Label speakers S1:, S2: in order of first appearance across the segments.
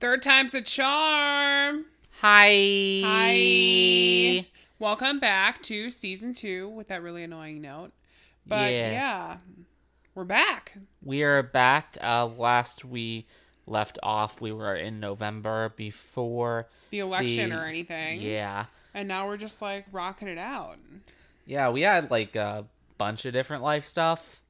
S1: Third time's a charm.
S2: Hi.
S1: Hi. Welcome back to season two with that really annoying note. But
S2: Yeah.
S1: yeah, we're back.
S2: We are back. Uh, last we left off, we were in November before.
S1: The election
S2: The-
S1: or anything.
S2: Yeah.
S1: And now we're just like rocking it out.
S2: Yeah, we had like a bunch of different life stuff,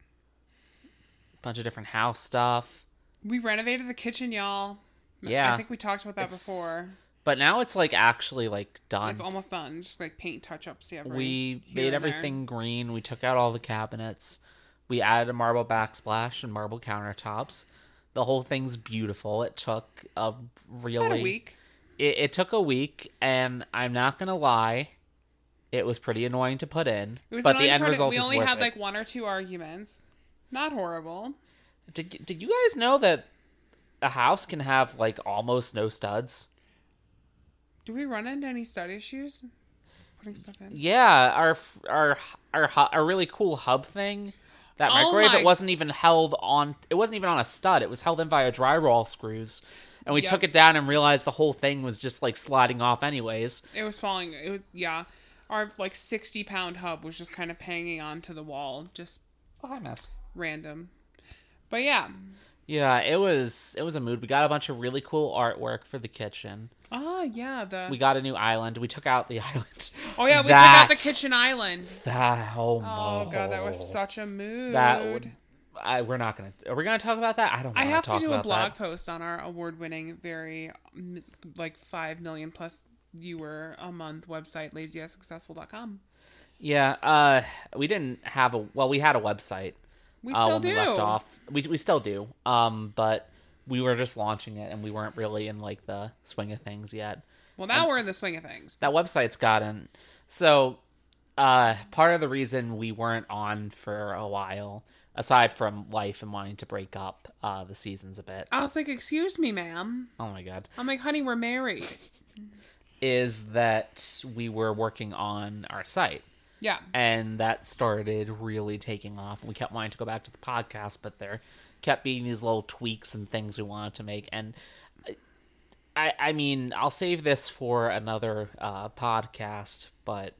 S2: bunch of different house stuff.
S1: We renovated the kitchen, y'all.
S2: Yeah.
S1: I think we talked about that
S2: It's-
S1: before.
S2: But now it's like actually like done.
S1: It's almost done. Just like paint touch ups. Yeah.
S2: we made everything green. We took out all the cabinets. We added a marble backsplash and marble countertops. The whole thing's beautiful. It took a really
S1: About a week.
S2: It, it took a week, and I'm not gonna lie, it was pretty annoying to put in.
S1: It was
S2: but
S1: an
S2: the end
S1: unpredictable-
S2: result
S1: We
S2: is
S1: only
S2: worth
S1: had
S2: it.
S1: like one or two arguments. Not horrible.
S2: Did, did you guys know that a house can have like almost no studs?
S1: Do we run into any stud issues? Putting stuff in.
S2: Yeah, our our our hu- our really cool hub thing. That
S1: Oh
S2: microwave,
S1: my-
S2: it wasn't even held on. It wasn't even on a stud. It was held in via dry roll screws, and we
S1: Yep.
S2: took it down and realized the whole thing was just like sliding off, anyways.
S1: It was falling. It was yeah. Our like sixty pound hub was just kind of hanging onto the wall, just
S2: Oh, hi, mess.
S1: random. But yeah.
S2: Yeah, it was it was a mood. We got a bunch of really cool artwork for the kitchen.
S1: Ah, yeah. The
S2: We got a new island. We took out the island.
S1: oh yeah, we took out
S2: That-
S1: the kitchen island.
S2: That oh,
S1: Oh
S2: no.
S1: god, that was such a mood.
S2: that would. I, we're not gonna. Are we gonna talk about that? I don't.
S1: I
S2: wanna
S1: have to
S2: talk
S1: do a
S2: about
S1: blog
S2: That.
S1: post on our award-winning, very mm, like five million plus viewer a month website, lazyassuccessful.com.
S2: Yeah. Uh, we didn't have a. Well, we had a website.
S1: We
S2: uh,
S1: still
S2: when
S1: do.
S2: We left off. We we still do. Um, but we were just launching it, and we weren't really in like the swing of things yet.
S1: Well, now we're in the swing of things.
S2: That website's gotten so. Uh, part of the reason we weren't on for a while, aside from life and wanting to break up uh, the seasons a bit.
S1: I was like, "Excuse me, ma'am."
S2: Oh my god.
S1: I'm like, "Honey, we're married."
S2: is that we were working on our site
S1: Yeah.
S2: and that started really taking off and we kept wanting to go back to the podcast but there kept being these little tweaks and things we wanted to make and i i mean i'll save this for another uh podcast but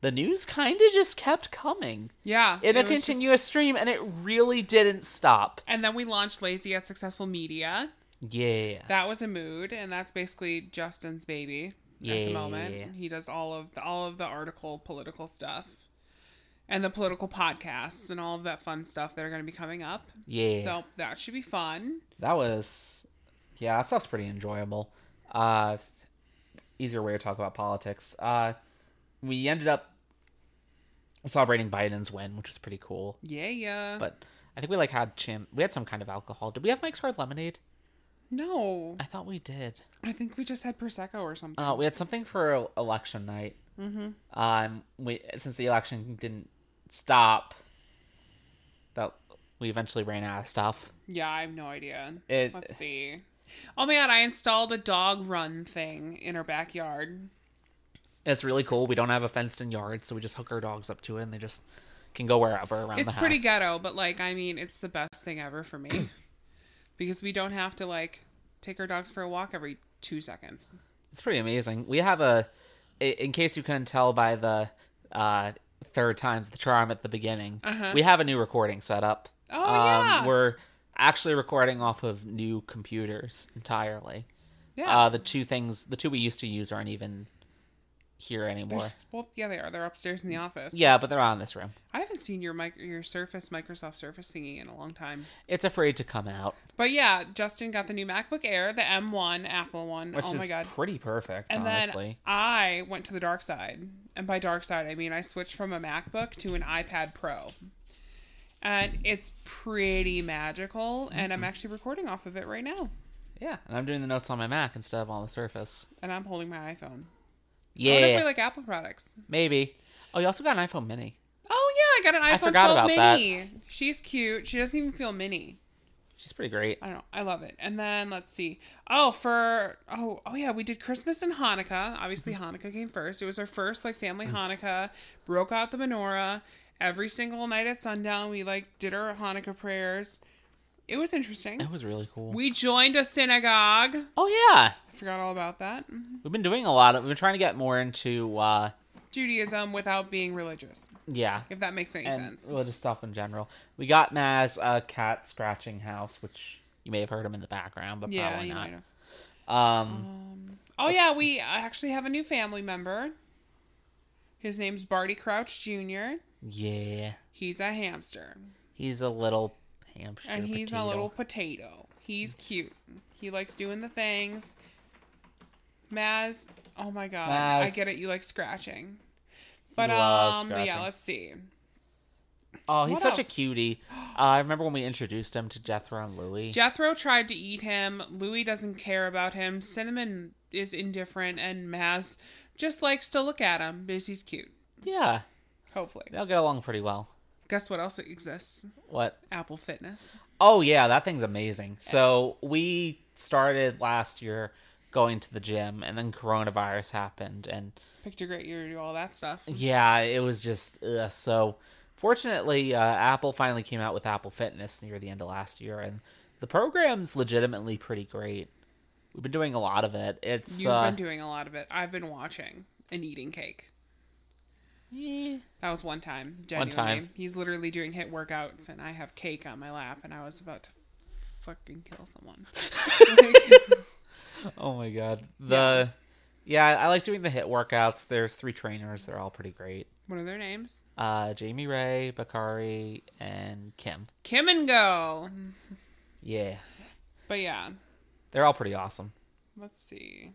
S2: the news kind of just kept coming
S1: Yeah.
S2: in a
S1: it was just-
S2: continuous stream and it really didn't stop
S1: and then we launched Lazy at Successful Media.
S2: yeah
S1: That was a mood, and that's basically Justin's baby at
S2: Yeah.
S1: the moment. He does all of the, all of the article political stuff, and the political podcasts, and all of that fun stuff that are going to be coming up.
S2: yeah
S1: So that should be fun.
S2: That was, yeah, that stuff's pretty enjoyable. Uh, easier way to talk about politics. Uh, we ended up celebrating Biden's win, which was pretty cool.
S1: Yeah, yeah.
S2: But I think we like had chim. We had some kind of alcohol. Did we have Mike's Hard Lemonade?
S1: no,
S2: I thought we did.
S1: I think we just had prosecco or something.
S2: Uh, we had something for election night. Mm-hmm. Um, we since the election didn't stop, that we eventually ran out of stuff.
S1: yeah, I have no idea.
S2: It-
S1: Let's see. Oh my god, I installed a dog run thing in our backyard.
S2: It's really cool. We don't have a fenced in yard, so we just hook our dogs up to it and they just can go wherever around
S1: it's
S2: the house.
S1: pretty ghetto but like i mean it's the best thing ever for me because we don't have to like take our dogs for a walk every two seconds
S2: It's pretty amazing. We have a i- in case you couldn't tell by the uh third time's the charm at the beginning. We have a new recording set up.
S1: Uh-huh.
S2: Um,
S1: Oh, yeah.
S2: we're actually recording off of new computers entirely.
S1: yeah
S2: Uh the two things the two we used to use aren't even here
S1: They're
S2: anymore.
S1: s- well yeah they are they're upstairs in the office
S2: Yeah, but they're on this room.
S1: i haven't seen your mic your surface microsoft surface thingy in a long time
S2: It's afraid to come out,
S1: but yeah justin got the new macbook air the m1 apple one.
S2: which
S1: Oh
S2: is
S1: my god
S2: pretty perfect,
S1: and
S2: honestly.
S1: then i went to the dark side and by dark side i mean i switched from a macbook to an ipad pro and it's pretty magical and
S2: Mm-hmm.
S1: i'm actually recording off of it right now
S2: Yeah, and I'm doing the notes on my Mac instead of on the Surface.
S1: and I'm holding my iPhone. I wonder if
S2: Yeah,
S1: we like Apple products.
S2: maybe. Oh, you also got an iPhone Mini.
S1: Oh yeah, I got an iPhone 12
S2: forgot about that.
S1: mini. She's cute. She doesn't even feel mini.
S2: She's pretty great.
S1: I don't know. I love it. And then let's see. Oh, for oh oh yeah, we did Christmas and Hanukkah. Obviously,
S2: Mm-hmm.
S1: Hanukkah came first. It was our first like family
S2: Mm.
S1: Hanukkah. Broke out the menorah every single night at sundown. We like did our Hanukkah prayers. It was interesting.
S2: That was really cool.
S1: We joined a synagogue.
S2: oh yeah,
S1: I forgot all about that.
S2: we've been doing a lot of. We've been trying to get more into uh,
S1: Judaism without being religious,
S2: yeah,
S1: if that makes any
S2: and
S1: sense.
S2: religious stuff in general. We got Maz a cat scratching house, which you may have heard him in the background, but
S1: Yeah,
S2: probably
S1: you
S2: not.
S1: might have.
S2: Um,
S1: Oh yeah, we actually have a new family member. His name's Barty Crouch Jr.
S2: yeah,
S1: He's a hamster,
S2: he's a little hamster,
S1: and he's
S2: potato.
S1: a little potato. He's cute. He likes doing the things. Maz, oh my god, I
S2: Maz.
S1: get it. You like scratching, but
S2: loves
S1: um, yeah,
S2: scratching.
S1: let's see.
S2: Oh, he's
S1: What
S2: such
S1: else?
S2: a cutie. Uh, I remember when we introduced him to Jethro and Louie.
S1: Jethro tried to eat him. Louis doesn't care about him. Cinnamon is indifferent, and Maz just likes to look at him because he's cute.
S2: yeah,
S1: Hopefully,
S2: they'll get along pretty well.
S1: guess what else exists?
S2: What?
S1: Apple Fitness.
S2: Oh yeah, that thing's amazing. So we started last year going to the gym, and then coronavirus happened, and
S1: Picked a great year to do all that stuff.
S2: yeah, it was just uh, so. Fortunately, uh, Apple finally came out with Apple Fitness near the end of last year, and the program's legitimately pretty great. We've been doing a lot of it. It's
S1: You've
S2: uh,
S1: been doing a lot of it. I've been watching and eating cake.
S2: eh,
S1: That was one time.
S2: One
S1: Genuinely.
S2: time.
S1: He's literally doing hit workouts, and I have cake on my lap, and I was about to fucking kill someone.
S2: Oh my god. The yeah. I like doing the hit workouts. There's three trainers. They're all pretty great.
S1: what are their names?
S2: Uh, Jamie Ray, Bakari, and Kim.
S1: Kim and Go.
S2: Yeah,
S1: But yeah,
S2: they're all pretty awesome.
S1: let's see.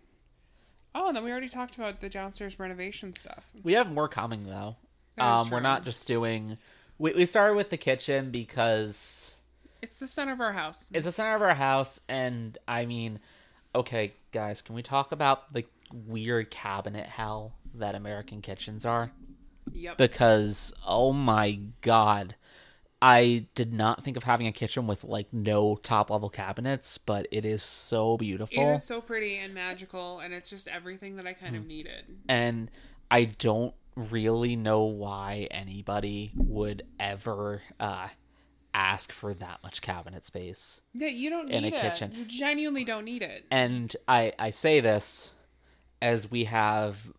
S1: Oh, and then we already talked about the downstairs renovation stuff.
S2: We have more coming though.
S1: That is
S2: um, we're
S1: true.
S2: not just doing. We we started with the kitchen because
S1: It's the center of our house.
S2: it's the center of our house, and I mean, okay, guys, can we talk about the weird cabinet hell that American kitchens are?
S1: yep.
S2: because oh my god i did not think of having a kitchen with like no top level cabinets but it is so beautiful
S1: it is so pretty and magical, and it's just everything that I kind
S2: Hmm.
S1: of needed.
S2: and i don't really know why anybody would ever uh ask for that much cabinet space
S1: Yeah, you don't need
S2: In a
S1: it.
S2: kitchen.
S1: You genuinely don't need it.
S2: and i i say this as we have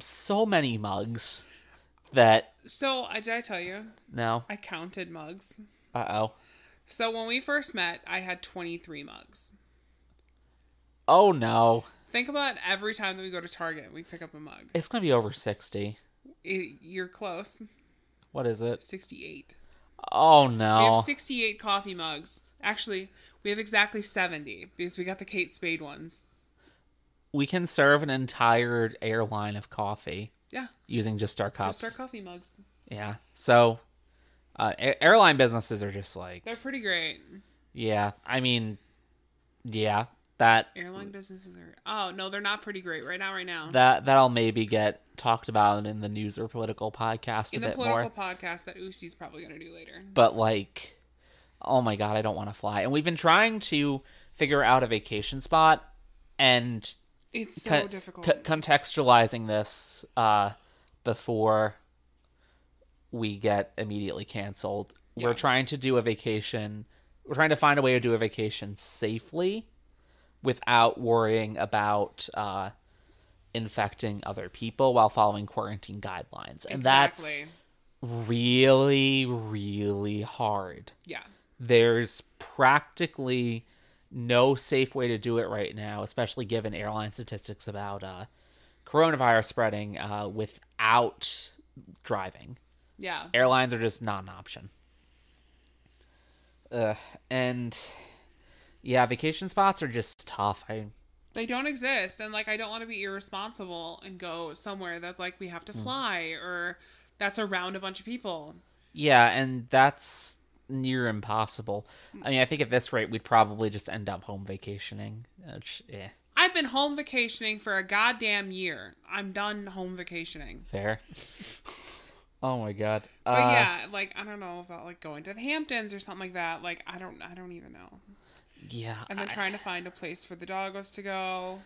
S2: so many mugs that
S1: So, I did I tell you?
S2: no
S1: I counted mugs.
S2: uh-oh
S1: So when we first met, I had 23 mugs.
S2: oh no
S1: Think about every time that we go to Target, we pick up a mug.
S2: it's gonna be over 60
S1: I- you're close.
S2: what is it
S1: 68.
S2: Oh
S1: We
S2: no.
S1: have 68 coffee mugs. Actually, we have exactly 70 because we got the Kate Spade ones.
S2: we can serve an entire airline of coffee
S1: Yeah,
S2: using just our cups.
S1: just our coffee mugs.
S2: yeah. So uh, a- airline businesses are just like,
S1: They're pretty great.
S2: yeah. I mean, yeah. That
S1: Airline businesses are. Oh no, they're not pretty great right now. Right now,
S2: that that'll maybe get talked about in the news or political podcast
S1: in
S2: a
S1: the
S2: bit
S1: political
S2: more.
S1: podcast that Usi's probably gonna do later.
S2: But like, oh my god, I don't want to fly. And we've been trying to figure out a vacation spot and
S1: It's so
S2: con-
S1: difficult.
S2: co- contextualizing this uh, before we get immediately canceled. We're
S1: Yeah.
S2: trying to do a vacation. We're trying to find a way to do a vacation safely without worrying about uh, infecting other people while following quarantine guidelines. And
S1: Exactly.
S2: that's really, really hard
S1: yeah.
S2: there's practically no safe way to do it right now, especially given airline statistics about uh, coronavirus spreading uh, without driving.
S1: Yeah.
S2: Airlines are just not an option. Ugh. And yeah, vacation spots are just tough. I
S1: they don't exist and like i don't want to be irresponsible and go somewhere that like we have
S2: Mm.
S1: to fly or that's around a bunch of people
S2: yeah, and that's near impossible. I mean, I think at this rate, we'd probably just end up home vacationing. Which, eh, yeah,
S1: i've been home vacationing for a goddamn year i'm done home vacationing
S2: fair. oh my god.
S1: but
S2: Uh,
S1: yeah like i don't know about like going to the hamptons or something like that like i don't i don't even know
S2: Yeah.
S1: and then
S2: I-
S1: trying to find a place for the doggos to go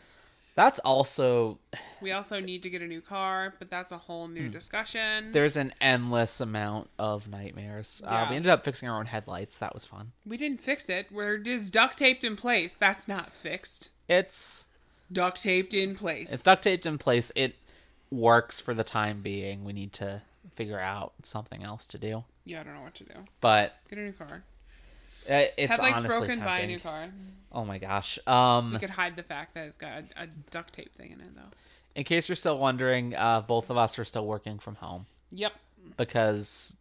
S2: That's also
S1: We also need to get a new car, but that's a whole new
S2: Hmm.
S1: discussion.
S2: there's an endless amount of nightmares. Uh,
S1: Yeah.
S2: we ended up fixing our own headlights. That was fun.
S1: we didn't fix it. We're just duct taped in place. That's not fixed.
S2: It's
S1: Duct taped in place.
S2: it's duct taped in place. It works for the time being. We need to figure out something else to do,
S1: yeah, I don't know what to do.
S2: but
S1: Get a new car.
S2: uh, it's
S1: Headlights
S2: honestly
S1: broken. Buy a
S2: tempting.
S1: new car.
S2: Oh my gosh. Um,
S1: We could hide the fact that it's got a, a duct tape thing in it though.
S2: in case you're still wondering, uh, both of us are still working from home
S1: Yep.
S2: because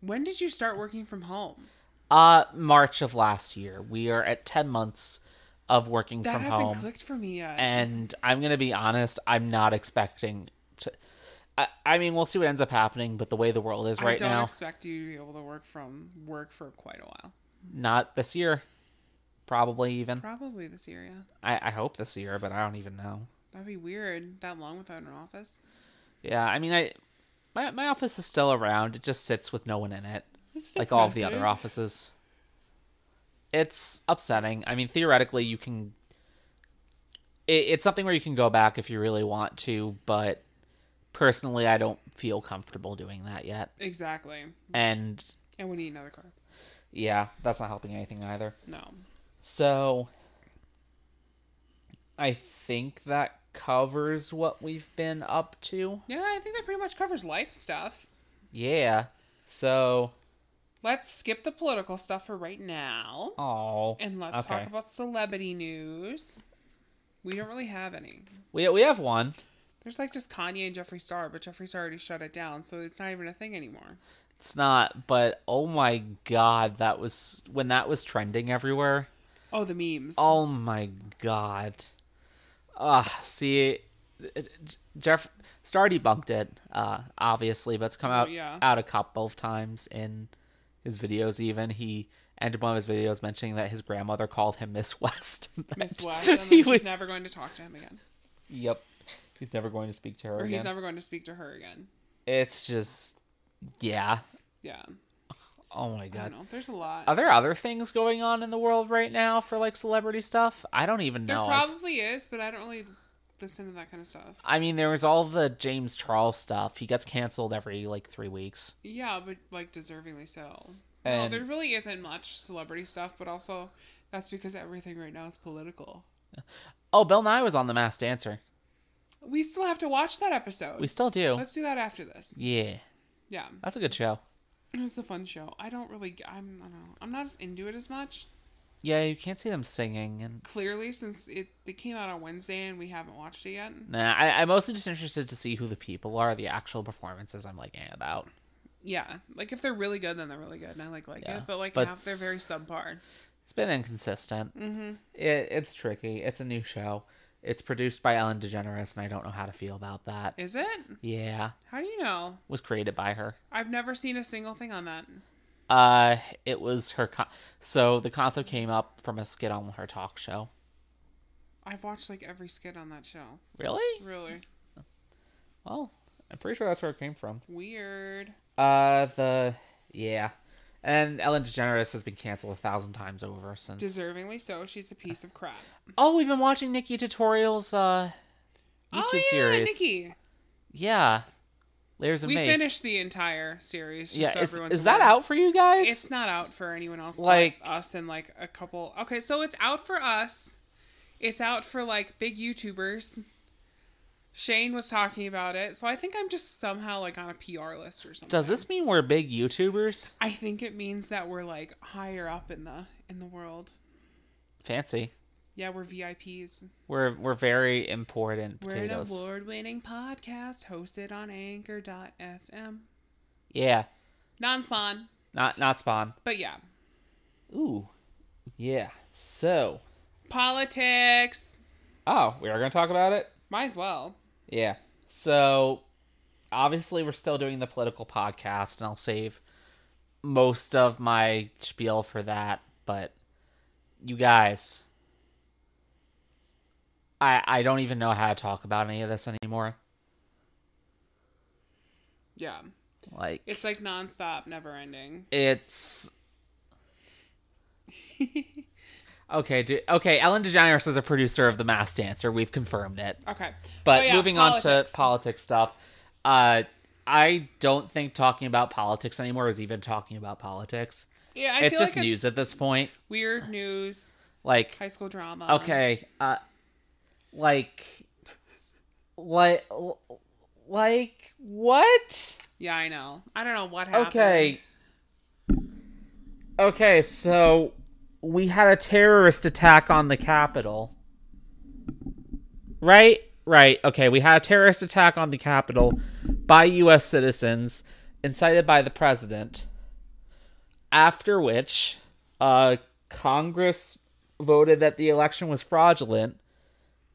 S1: When did you start working from home?
S2: uh, March of last year we are at ten months of working
S1: That
S2: from
S1: hasn't
S2: home,
S1: clicked for me yet.
S2: and I'm gonna be honest, I'm not expecting to. I, I mean, we'll see what ends up happening, but the way the world is
S1: I
S2: right
S1: don't
S2: now,
S1: expect you to be able to work from work for quite a while.
S2: not this year, probably even.
S1: Probably this year, yeah.
S2: I, I hope this year, but I don't even know.
S1: That'd be weird. That long without an office.
S2: Yeah, I mean, I my my office is still around. It just sits with no one in it,
S1: That's
S2: like all of the other
S1: depressing.
S2: offices. It's upsetting. I mean, theoretically, you can. It, it's something where you can go back if you really want to, but personally, I don't feel comfortable doing that yet.
S1: Exactly.
S2: And
S1: And we need another car.
S2: yeah, that's not helping anything either.
S1: No.
S2: So I think that covers what we've been up to.
S1: Yeah, I think that pretty much covers life stuff.
S2: Yeah. So,
S1: Let's skip the political stuff for right now.
S2: oh,
S1: And let's talk about celebrity news. We don't really have any.
S2: we we have one.
S1: There's like just Kanye and Jeffree Star, but Jeffree Star already shut it down, so it's not even a thing anymore.
S2: It's not, but oh my god, that was when that was trending everywhere.
S1: Oh, the memes.
S2: Oh my god. Ah, see, Jeff Star debunked it, uh, obviously, but it's come out
S1: Oh, yeah.
S2: out a couple of times in his videos. Even he ended one of his videos mentioning that his grandmother called him Miss West.
S1: Miss
S2: That
S1: West, and then
S2: he
S1: she's
S2: would-
S1: never going to talk to him again,
S2: Yep, he's never going to speak to her
S1: or
S2: again.
S1: he's never going to speak to her again.
S2: It's just, yeah.
S1: Yeah,
S2: Oh my
S1: I
S2: god.
S1: don't know. There's a lot.
S2: Are there other things going on in the world right now for like celebrity stuff? I don't even
S1: there
S2: know. I've-
S1: probably is, but I don't really listen to that kind of stuff.
S2: I mean, there was all the James Charles stuff. He gets canceled every like three weeks.
S1: Yeah, but like deservingly so.
S2: And-
S1: no, there really isn't much celebrity stuff, but also that's because everything right now is political.
S2: Oh, Bill Nye was on The Masked Dancer.
S1: We still have to watch that episode.
S2: We still do.
S1: Let's do that after this.
S2: Yeah,
S1: Yeah,
S2: that's a good show.
S1: it's a fun show. I don't really. I'm. I don't know. I'm not as into it as much.
S2: Yeah, you can't see them singing, and
S1: Clearly, since it they came out on Wednesday and we haven't watched it yet.
S2: nah, I, I'm mostly just interested to see who the people are. The actual performances, I'm like eh, about.
S1: Yeah, like if they're really good, then they're really good, and I like like
S2: Yeah,
S1: it. But like
S2: but
S1: half, they're very subpar.
S2: It's been inconsistent. Mm-hmm. It, it's tricky. It's a new show. It's produced by Ellen DeGeneres, and I don't know how to feel about that.
S1: Is it?
S2: Yeah,
S1: How do you know?
S2: was created by her.
S1: I've never seen a single thing on that.
S2: Uh, it was her. Con- so the concept came up from a skit on her talk show.
S1: I've watched like every skit on that show.
S2: Really?
S1: Really
S2: Well, I'm pretty sure that's where it came from.
S1: weird.
S2: Uh, the yeah, and Ellen DeGeneres has been canceled a thousand times over since.
S1: Deservingly so. She's a piece of crap.
S2: oh, we've been watching Nikki tutorials. Uh, YouTube
S1: oh yeah,
S2: series.
S1: Nikki.
S2: Yeah, layers of
S1: We
S2: May.
S1: finished the entire series. Just
S2: yeah,
S1: so
S2: is,
S1: everyone's
S2: is that
S1: aware.
S2: out for you guys?
S1: It's not out for anyone else.
S2: Like-
S1: Like us and like a couple. Okay, so it's out for us. It's out for like big YouTubers. Shane was talking about it, so I think I'm just somehow like on a PR list or something.
S2: Does this mean we're big YouTubers?
S1: I think it means that we're like higher up in the in the world.
S2: Fancy.
S1: Yeah, we're VIPs.
S2: We're we're very important
S1: We're an
S2: potatoes.
S1: award-winning podcast hosted on Anchor.fm.
S2: yeah,
S1: Non-spawn,
S2: not not spawn.
S1: but yeah,
S2: Ooh, yeah. So,
S1: politics.
S2: oh, we are going to talk about it.
S1: Might as well.
S2: Yeah. So obviously we're still doing the political podcast and I'll save most of my spiel for that, but you guys I I don't even know how to talk about any of this anymore.
S1: Yeah,
S2: Like
S1: it's like non-stop, never-ending.
S2: it's Okay, do, okay. Ellen DeGeneres is a producer of The Mass Dancer. We've confirmed it.
S1: Okay. Oh,
S2: But
S1: yeah,
S2: moving on to
S1: politics.
S2: politics stuff, uh, I don't think talking about politics anymore is even talking about politics.
S1: yeah, I
S2: it's
S1: feel
S2: just
S1: like
S2: news
S1: it's
S2: at this point.
S1: weird news,
S2: Like,
S1: high school drama.
S2: okay, uh, like, like, like what?
S1: Yeah, I know. I don't know what happened.
S2: Okay. Okay, so we had a terrorist attack on the Capitol. Right? Right. Okay, we had a terrorist attack on the Capitol by U.S. citizens, incited by the president. After which, uh, Congress voted that the election was fraudulent,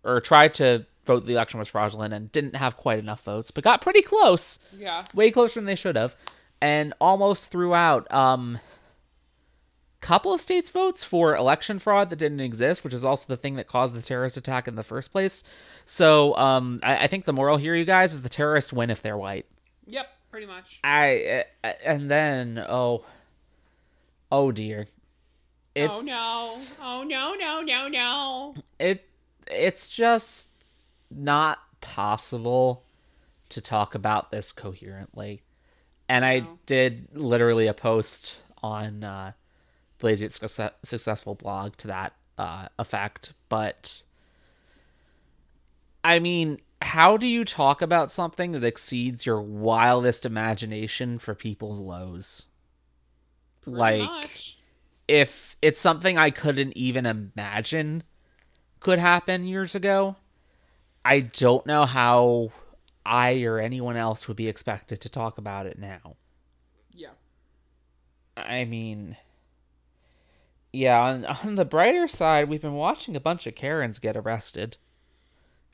S2: or tried to vote the election was fraudulent and didn't have quite enough votes, but got pretty close
S1: Yeah.
S2: way closer than they should have, and almost threw out um couple of states votes for election fraud that didn't exist, which is also the thing that caused the terrorist attack in the first place. So um, I, I think the moral here, you guys, is the terrorists win if they're white.
S1: Yep. Pretty much.
S2: I uh, and then oh oh dear, it's,
S1: Oh no. Oh no. No. No. No.
S2: it it's just not possible to talk about this coherently. And I
S1: No.
S2: did literally a post on uh, the Lazy It's Success- Successful blog to that uh, effect, but I mean, how do you talk about something that exceeds your wildest imagination for people's lows?
S1: Pretty
S2: like
S1: much.
S2: if it's something I couldn't even imagine could happen years ago, I don't know how I or anyone else would be expected to talk about it now.
S1: Yeah.
S2: I mean, yeah, on, on the brighter side, we've been watching a bunch of Karens get arrested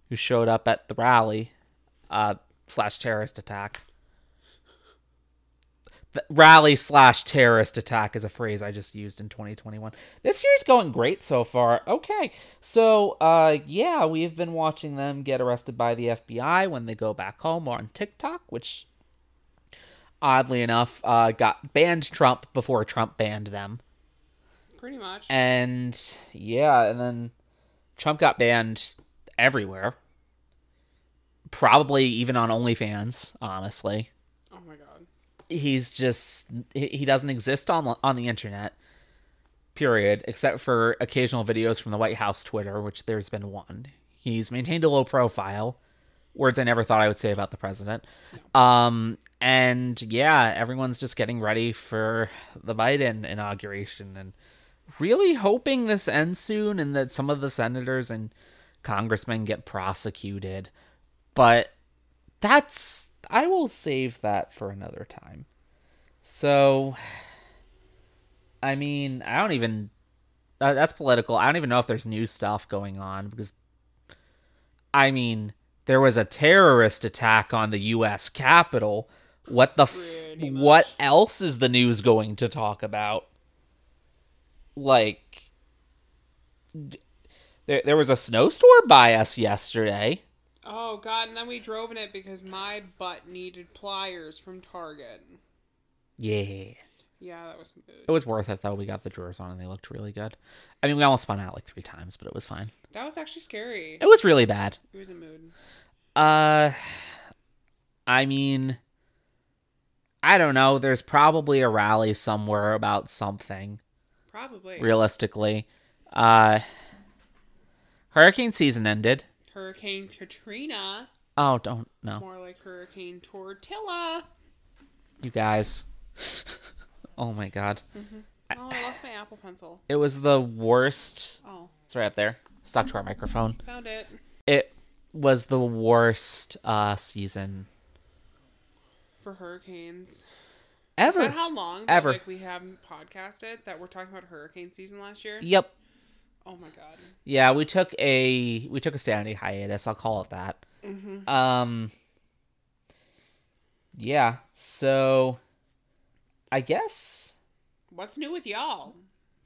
S2: who showed up at the rally uh, slash terrorist attack. The rally slash terrorist attack is a phrase I just used in 2021. This year's going great so far. Okay, so uh, yeah, we've been watching them get arrested by the FBI when they go back home or on TikTok, which oddly enough, uh, got banned Trump before Trump banned them.
S1: Pretty much.
S2: And yeah, and then Trump got banned everywhere. Probably even on OnlyFans, honestly.
S1: oh my god.
S2: He's just he he doesn't exist on on the internet. Period, except for occasional videos from the White House Twitter, which there's been one. He's maintained a low profile. Words I never thought I would say about the president. Um, and yeah, everyone's just getting ready for the Biden inauguration and really hoping this ends soon and that some of the senators and congressmen get prosecuted. But that's, I will save that for another time. So, I mean, I don't even, uh, that's political. I don't even know if there's new stuff going on because, I mean, there was a terrorist attack on the U.S. Capitol. What the, f-
S1: Pretty much.
S2: what else is the news going to talk about? Like, d- there, there was a snowstorm by us yesterday.
S1: Oh god. And then we drove in it because my butt needed pliers from Target.
S2: Yeah.
S1: Yeah, that was mood.
S2: It was worth it though. We got the drawers on and they looked really good. I mean, we almost spun out like three times, but it was fine.
S1: That was actually scary.
S2: It was really bad.
S1: It was a mood.
S2: Uh, I mean, I don't know. There's probably a rally somewhere about something.
S1: Probably.
S2: Realistically, uh, hurricane season ended.
S1: Hurricane Katrina,
S2: Oh, don't know,
S1: more like Hurricane Tortilla.
S2: you guys. oh my god,
S1: Oh, I lost my Apple pencil.
S2: it was the worst.
S1: Oh,
S2: It's right up there, stuck to our microphone.
S1: found it.
S2: it was the worst uh season
S1: For hurricanes. Is
S2: ever.
S1: that how long that,
S2: Ever.
S1: like we haven't podcasted that we're talking about hurricane season last year?
S2: yep.
S1: Oh my god.
S2: Yeah, we took a we took a sanity hiatus. I'll call it that.
S1: Mm-hmm.
S2: Um. Yeah. So, I guess.
S1: What's new with y'all?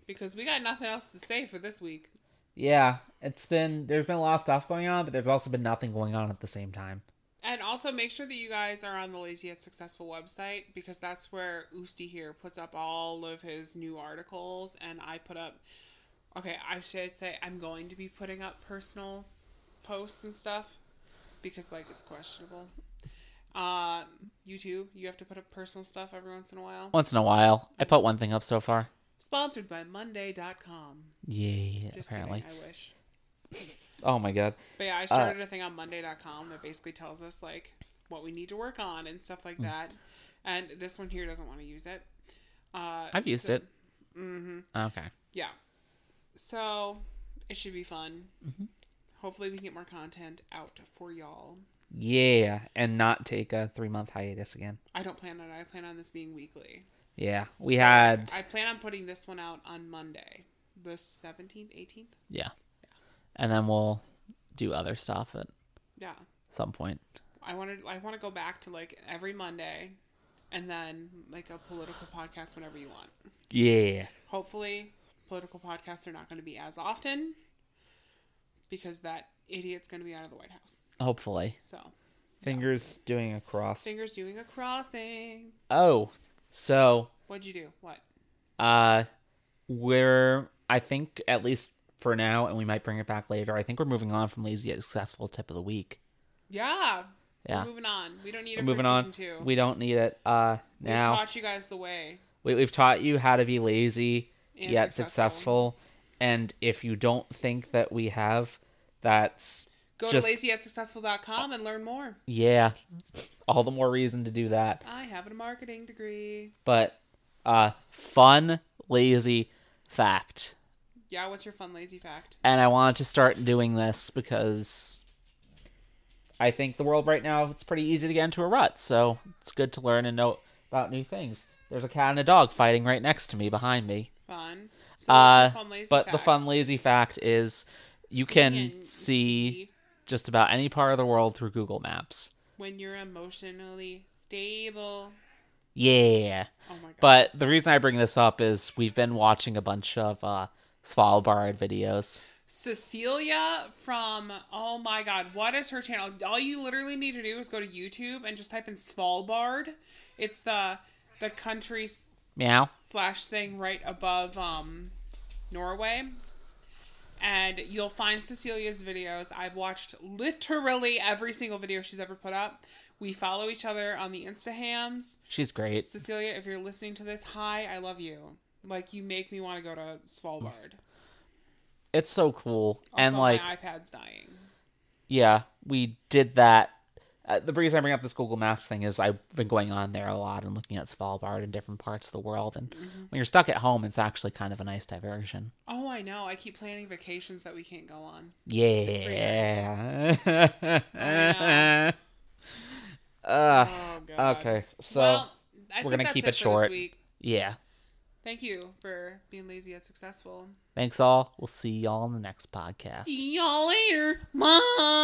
S1: Because we got nothing else to say for this week.
S2: Yeah, it's been there's been a lot of stuff going on, but there's also been nothing going on at the same time.
S1: And also make sure that you guys are on the Lazy Yet Successful website because that's where Usti here puts up all of his new articles and I put up Okay, I should say I'm going to be putting up personal posts and stuff because like it's questionable. Uh, you too. You have to put up personal stuff every once in a while.
S2: Once in a while, I put one thing up so far.
S1: Sponsored by Monday.com.
S2: Yeah,
S1: Just
S2: apparently.
S1: kidding. I wish.
S2: Oh my god.
S1: But yeah, I started a thing on Monday.com that basically tells us like what we need to work on and stuff
S2: Hmm.
S1: like that. And this one here doesn't want to use it. Uh,
S2: I've used
S1: so-
S2: it. Mm-hmm. Okay.
S1: Yeah. So it should be fun.
S2: Mm-hmm.
S1: Hopefully, we can get more content out for y'all.
S2: Yeah, and not take a three month hiatus again.
S1: I don't plan on it. I plan on this being weekly.
S2: Yeah, we had.
S1: I plan on putting this one out on Monday, the 17th, 18th.
S2: yeah. And then we'll do other stuff at
S1: Yeah.
S2: some point.
S1: I wanted I want to go back to like every Monday and then like a political podcast whenever you want.
S2: Yeah.
S1: Hopefully, political podcasts are not going to be as often because that idiot's going to be out of the White House.
S2: Hopefully.
S1: So,
S2: Fingers doing a cross.
S1: fingers doing a crossing.
S2: oh, so
S1: What'd you do? What?
S2: uh we're I think at least for now, and we might bring it back later. I think we're moving on from lazy yet successful tip of the week.
S1: Yeah.
S2: Yeah.
S1: We're moving on. We don't need
S2: We're
S1: it
S2: moving
S1: for season
S2: on.
S1: two.
S2: We don't need it. Uh
S1: We've
S2: now
S1: taught you guys the way.
S2: We, we've taught you how to be lazy
S1: And
S2: yet
S1: successful.
S2: successful. And if you don't think that we have, that's
S1: Go
S2: just,
S1: to lazyatsuccessful.com and learn more.
S2: Yeah, all the more reason to do that.
S1: I have a marketing degree.
S2: But uh, fun, lazy fact.
S1: Yeah, what's your fun lazy fact?
S2: And I wanted to start doing this because I think the world right now it's pretty easy to get into a rut. So it's good to learn and know about new things. There's a cat and a dog fighting right next to me behind me.
S1: Fun. So what's your
S2: Uh,
S1: fun lazy
S2: but the
S1: fact?
S2: fun lazy fact is you can
S1: And
S2: see just about any part of the world through Google Maps.
S1: when you're emotionally stable.
S2: Yeah.
S1: Oh my god.
S2: But the reason I bring this up is we've been watching a bunch of uh, Svalbard videos.
S1: Cecilia from oh my god, what is her channel? All you literally need to do is go to YouTube and just type in Svalbard. It's the the country s-
S2: Meow.
S1: slash thing right above um Norway. And you'll find Cecilia's videos. I've watched literally every single video she's ever put up. We follow each other on the Instahams.
S2: She's great.
S1: Cecilia, if you're listening to this, hi, I love you. Like you make me want to go to Svalbard.
S2: It's so cool.
S1: Also,
S2: and like,
S1: my iPad's dying.
S2: yeah, we did that. Uh, the reason I bring up this Google Maps thing is I've been going on there a lot and looking at Svalbard in different parts of the world. And
S1: Mm-hmm.
S2: when you're stuck at home, it's actually kind of a nice diversion.
S1: Oh, I know. I keep planning vacations that we can't go on.
S2: Yeah.
S1: Oh
S2: uh,
S1: god.
S2: okay, so
S1: well, I think
S2: we're gonna
S1: that's
S2: keep
S1: it,
S2: it
S1: for
S2: short.
S1: This week.
S2: yeah.
S1: Thank you for being lazy yet successful.
S2: Thanks all. We'll see y'all in the next podcast.
S1: See y'all later, mom.